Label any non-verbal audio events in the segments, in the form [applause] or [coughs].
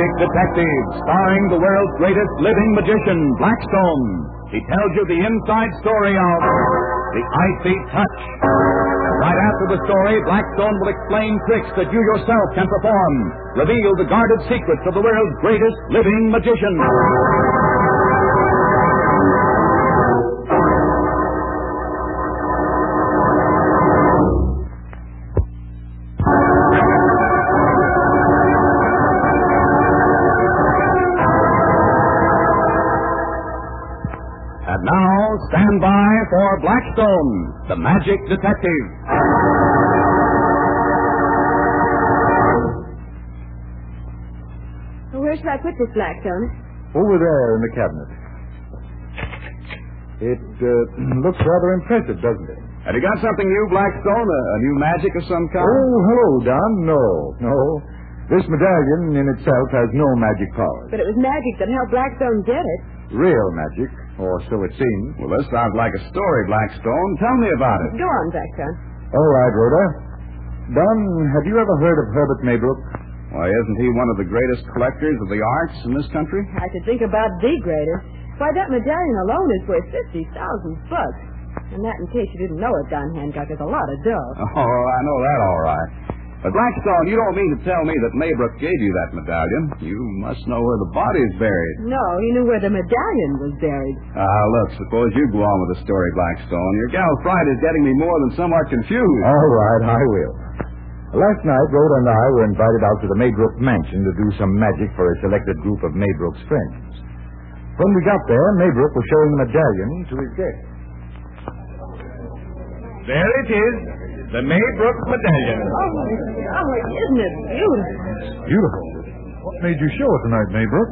Detective, starring the world's greatest living magician, Blackstone. He tells you the inside story of The Icy Touch. Right after the story, Blackstone will explain tricks that you yourself can perform, reveal the guarded secrets of the world's greatest living magician. And now, stand by for Blackstone, the magic detective. Where should I put this Blackstone? Over there in the cabinet. It uh, [clears throat] looks rather impressive, doesn't it? Have you got something new, Blackstone? A, a new magic of some kind? Oh, hello, Don. No, no. This medallion in itself has no magic powers. But it was magic that helped Blackstone get it. Real magic, or so it seems. Well, this sounds like a story, Blackstone. Tell me about it. Go on, Blackstone. All right, Rhoda. Don, have you ever heard of Herbert Maybrook? Why, isn't he one of the greatest collectors of the arts in this country? I should think about the greater. Why, that medallion alone is worth 50,000 bucks. And that, in case you didn't know it, Don Hancock, is a lot of dough. [laughs] Oh, I know that all right. But Blackstone, you don't mean to tell me that Maybrook gave you that medallion. You must know where the body's buried. No, he knew where the medallion was buried. Ah, look, suppose you go on with the story, Blackstone. Your gal Fright is getting me more than somewhat confused. All right, I will. Last night, Rhoda and I were invited out to the Maybrook mansion to do some magic for a selected group of Maybrook's friends. When we got there, Maybrook was showing the medallion to his guest. There it is, the Maybrook medallion. Oh, oh isn't it beautiful? Beautiful. What made you show it tonight, Maybrook?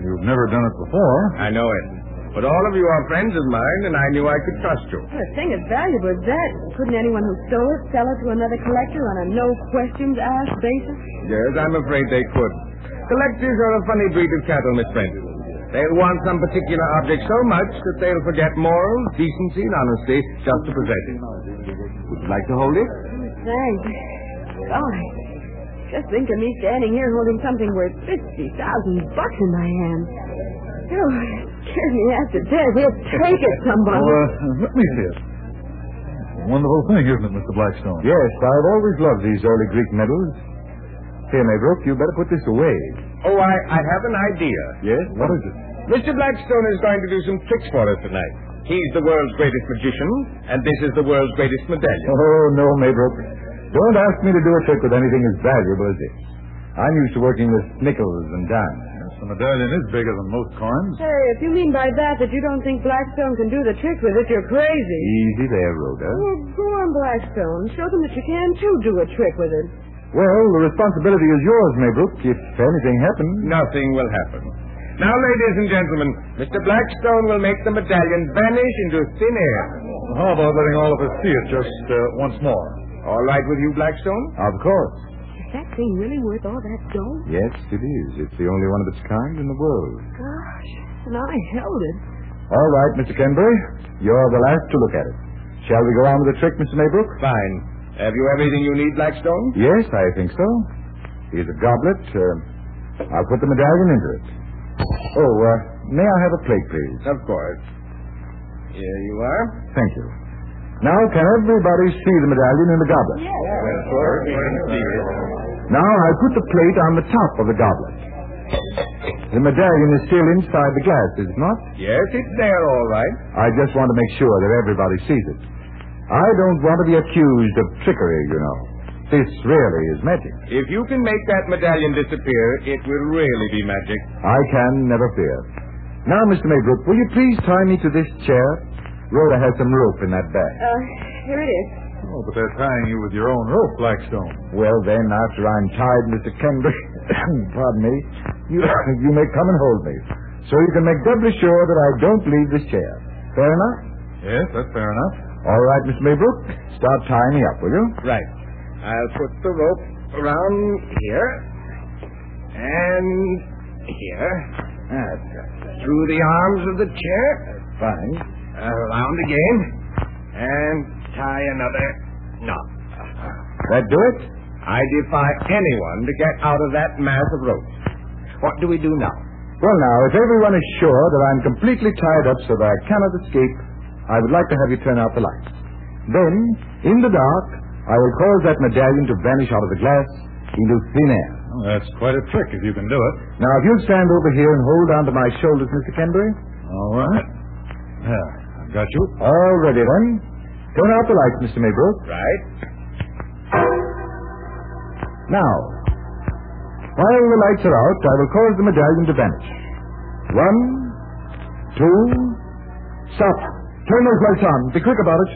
You've never done it before. I know it. But all of you are friends of mine, and I knew I could trust you. What a thing as valuable as that. Couldn't anyone who stole it sell it to another collector on a no questions asked basis? Yes, I'm afraid they could. Collectors are a funny breed of cattle, Miss Brent. They'll want some particular object so much that they'll forget morals, decency, and honesty just to possess it. Would you like to hold it? Thanks. Golly. Just think of me standing here holding something worth 50,000 bucks in my hand. Oh, it scared me after death. Here, take it, somebody. uh, let me see it. Wonderful thing, isn't it, Mr. Blackstone? Yes, I've always loved these early Greek medals. Here, Maybrook, you better put this away. Oh, I, I have an idea. Yes? What is it? Mr. Blackstone is going to do some tricks for us tonight. He's the world's greatest magician, and this is the world's greatest medallion. Oh, no, Maybrook. Don't ask me to do a trick with anything as valuable as this. I'm used to working with nickels and dimes. Yes, the medallion is bigger than most coins. Hey, if you mean by that that you don't think Blackstone can do the trick with it, you're crazy. Easy there, Rhoda. Well, go on, Blackstone. Show them that you can, too, do a trick with it. Well, the responsibility is yours, Maybrook, if anything happens. Nothing will happen. Now, ladies and gentlemen, Mr. Blackstone will make the medallion vanish into thin air. How about letting all of us see it just uh, once more? All right with you, Blackstone? Of course. Is that thing really worth all that dough? Yes, it is. It's the only one of its kind in the world. Gosh, and I held it. All right, Mr. Kenbury. You're the last to look at it. Shall we go on with the trick, Mr. Maybrook? Fine. Have you everything you need, Blackstone? Yes, I think so. Here's a goblet. Uh, I'll put the medallion into it. Oh, uh, may I have a plate, please? Of course. Here you are. Thank you. Now, can everybody see the medallion in the goblet? Well, of course. Now, I'll put the plate on the top of the goblet. The medallion is still inside the glass, is it not? Yes, it's there, all right. I just want to make sure that everybody sees it. I don't want to be accused of trickery, you know. This really is magic. If you can make that medallion disappear, it will really be magic. I can never fear. Now, Mr. Maybrook, will you please tie me to this chair? Rhoda has some rope in that bag. Uh, here it is. Oh, but they're tying you with your own rope, Blackstone. Well, then, after I'm tied, Mr. Kenbury, [coughs] pardon me, you, [coughs] you may come and hold me, so you can make doubly sure that I don't leave this chair. Fair enough? Yes, that's fair enough. All right, Miss Maybrook, start tying me up, will you? Right. I'll put the rope around here and here. Ah, That's right. Through the arms of the chair. uh, Fine. Around again. And tie another knot. That do it? I defy anyone to get out of that mass of rope. What do we do now? Well, now, if everyone is sure that I'm completely tied up so that I cannot escape, I would like to have you turn out the lights. Then, in the dark, I will cause that medallion to vanish out of the glass into thin air. Well, that's quite a trick if you can do it. Now, if you'll stand over here and hold on to my shoulders, Mr. Kenbury. All right. There, I've got you. All ready, then. Turn out the lights, Mr. Maybrook. Right? Now, while the lights are out, I will cause the medallion to vanish. One, two, stop. Turn those lights on. Be quick about it.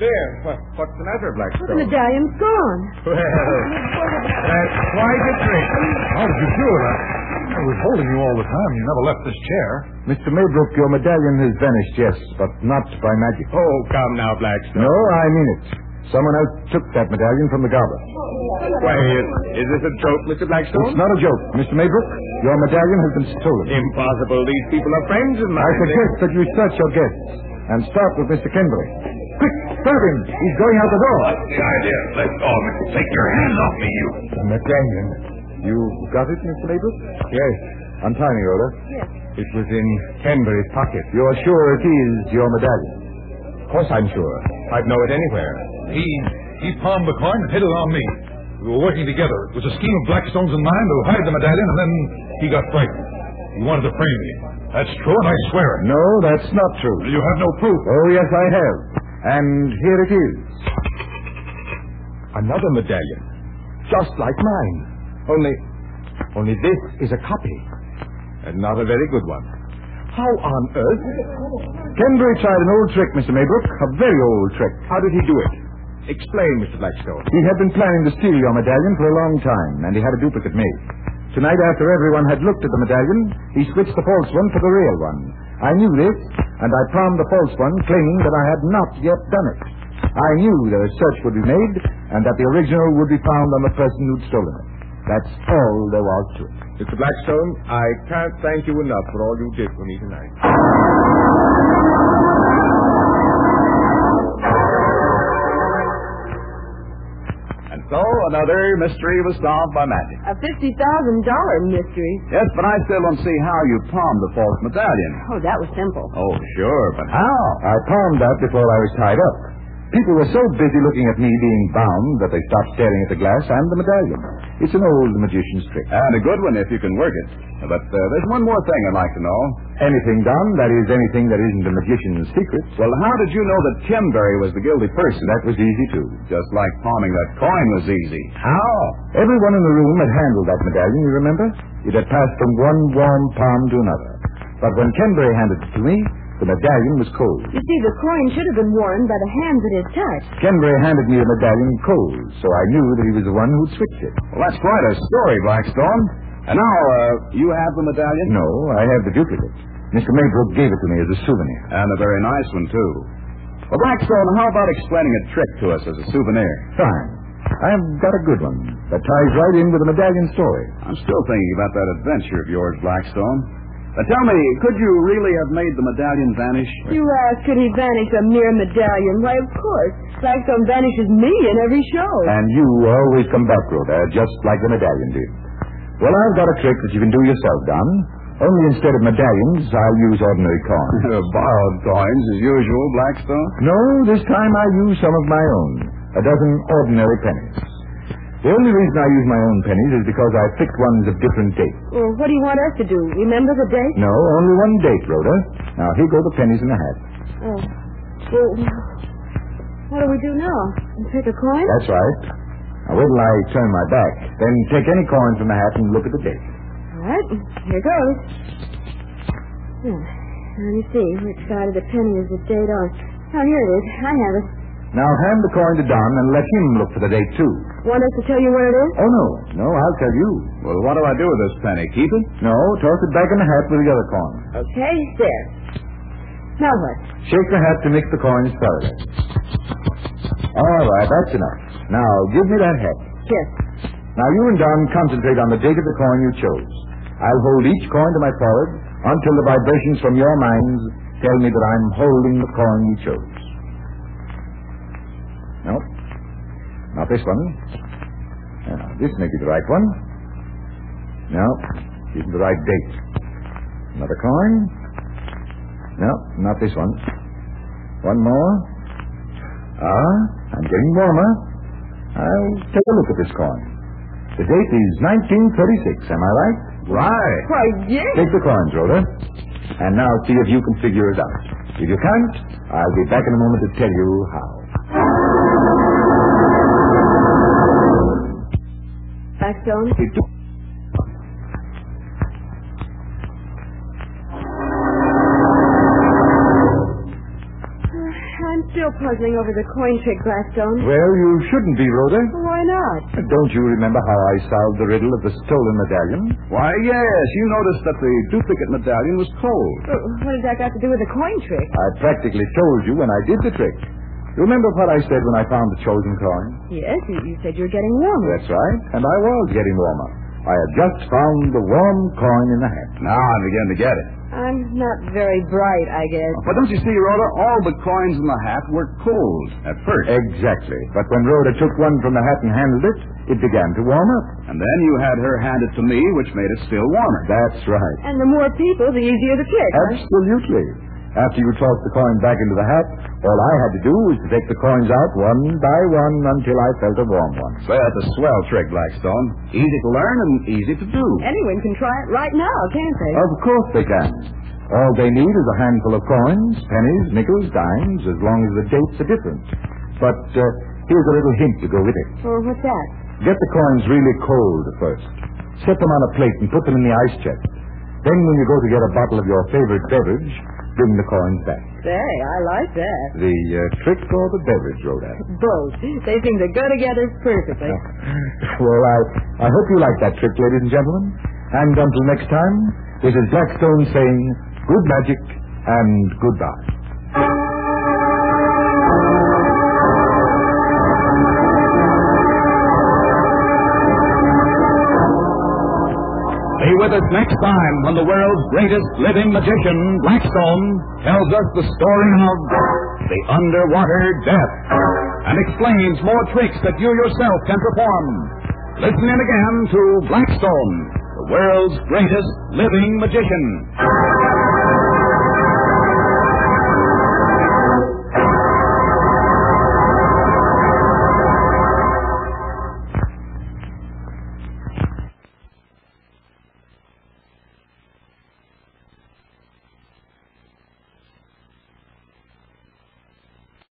There. What, what's the matter, The Blackstone? medallion's gone. Well, that's quite a trick. How did you do it? I, I was holding you all the time. You never left this chair. Mr. Maybrook, your medallion has vanished, yes, but not by magic. Oh, come now, Blackstone. No, I mean it. Someone else took that medallion from the garter. Why, is, is this a joke, Oh. Mr. Blackstone? It's not a joke, Mr. Maybrook. Your medallion has been stolen. Impossible. These people are friends of mine. I suggest that you search your guests and start with Mr. Kenbury. Quick, serve him. He's going out the door. The idea. Let go of me. Take your hand off me, you. The medallion. You got it, Mr. Maybrook? Yes. Untie me, Oda. It was in Canberry's pocket. You are sure it is your medallion? Of course I'm sure. I'd know it anywhere. He he palmed the coin and hid it on me. We were working together. It was a scheme of Blackstone's and mine to hide the medallion, and then he got frightened. He wanted to frame me. That's true, and I swear it. No, that's not true. You have no proof. Oh, yes, I have. And here it is. Another medallion. Just like mine. Only, only this is a copy. And not a very good one. How on earth? Kenbury tried an old trick, Mr. Maybrook. A very old trick. How did he do it? Explain, Mr. Blackstone. He had been planning to steal your medallion for a long time, and he had a duplicate made. Tonight, after everyone had looked at the medallion, he switched the false one for the real one. I knew this, and I palmed the false one, claiming that I had not yet done it. I knew that a search would be made, and that the original would be found on the person who'd stolen it. That's all there was to it. Mr. Blackstone, I can't thank you enough for all you did for me tonight. And so another mystery was solved by magic. A $50,000 mystery. Yes, but I still don't see how you palmed the false medallion. Oh, that was simple. Oh, sure, but how? I palmed that before I was tied up. People were so busy looking at me being bound that they stopped staring at the glass and the medallion. It's an old magician's trick. And a good one if you can work it. But uh, there's one more thing I'd like to know. Anything done, that is, anything that isn't a magician's secret, Well, how did you know that Timberry was the guilty person? that was easy too. Just like palming that coin was easy. How? Everyone in the room had handled that medallion, you remember? It had passed from one warm palm to another. But when Kenbury handed it to me, the medallion was cold. You see, the coin should have been worn by the hand that it touched. Kenbury handed me the medallion cold, so I knew that he was the one who'd switched it. Well, that's quite a story, Blackstone. And now, uh, you have the medallion? No, I have the duplicate. Mr. Maybrook gave it to me as a souvenir. And a very Uh, nice one, too. Well, Blackstone, how about explaining a trick to us as a souvenir? Fine. I've got a good one that ties right in with the medallion story. I'm still thinking about that adventure of yours, Blackstone. Now, tell me, could you really have made the medallion vanish? [laughs] You ask, could he vanish a mere medallion? Why, of course. Blackstone vanishes me in every show. And you always come back, Rhoda, just like the medallion did. Well, I've got a trick that you can do yourself, Don. Only instead of medallions, I'll use ordinary coin. [laughs] Borrowed coins, as usual, Blackstone. no, this time I use some of my own. A dozen ordinary pennies. The only reason I use my own pennies is because I picked ones of different dates. Well, what do you want us to do? Remember the date? No, only one date, Rhoda. Now, here go the pennies in the hat. Oh. Well, what do we do now? Pick a coin? That's right. Now, wait till I turn my back. Then take any coin from the hat and look at the date. All right, here goes. Hmm. Let me see which side of the penny is the date on. Oh, here it is. I have it. Now, hand the coin to Don and let him look for the date, too. Want us to tell you what it is? Oh, no. No, I'll tell you. Well, what do I do with this penny? Keep it? No, toss it back in the hat with the other coin. Okay, there. Now what? Shake the hat to mix the coins thoroughly. All right, that's enough. Now, give me that hat. Yes. Now, you and Don concentrate on the date of the coin you chose. I'll hold each coin to my forehead until the vibrations from your minds tell me that I'm holding the coin you chose. No, not this one. Now, this may be the right one. No, Isn't the right date. Another coin? No, not this one. One more? Ah, I'm getting warmer. I'll take a look at this coin. The date is 1936, am I right? Right. Why, yes. Take the coins, Rhoda. And now see if you can figure it out. If you can't, I'll be back in a moment to tell you how. Blackstone? It took I'm still puzzling over the coin trick, Blackstone. Well, you shouldn't be, Rhoda. Why not? Don't you remember how I solved the riddle of the stolen medallion? Why, yes, you noticed that the duplicate medallion was cold. Uh, What has that got to do with the coin trick? I practically told you when I did the trick. Remember what I said when I found the chosen coin? Yes, you, you said you're getting warmer. That's right. And I was getting warmer. I had just found the warm coin in the hat. Now I begin to get it. I'm not very bright, I guess. But don't you see, Rhoda, all the coins in the hat were cold at first. Exactly. But when Rhoda took one from the hat and handled it, it began to warm up. And then you had her hand it to me, which made it still warmer. That's right. And the more people, the easier the trick. huh? Absolutely. After you tossed the coin back into the hat, all I had to do was to take the coins out one by one until I felt a warm one. Say, that's a swell trick, Blackstone. Easy to learn and easy to do. Anyone can try it right now, can't they? Of course they can. All they need is a handful of coins, pennies, nickels, dimes, as long as the dates are different. But uh, here's a little hint to go with it. Or what's that? Get the coins really cold first. Set them on a plate and put them in the ice chest. Then, when you go to get a bottle of your favorite beverage, bring the coins back. Say, I like that. The uh, trick or the beverage, Rhoda? [laughs] Both. They seem to go together perfectly. well, I, I hope you like that trick, ladies and gentlemen. And until next time, this is Blackstone saying good magic and goodbye. Be with us next time when the world's greatest living magician, Blackstone, tells us the story of the underwater death and explains more tricks that you yourself can perform. Listen in again to Blackstone, the world's greatest living magician.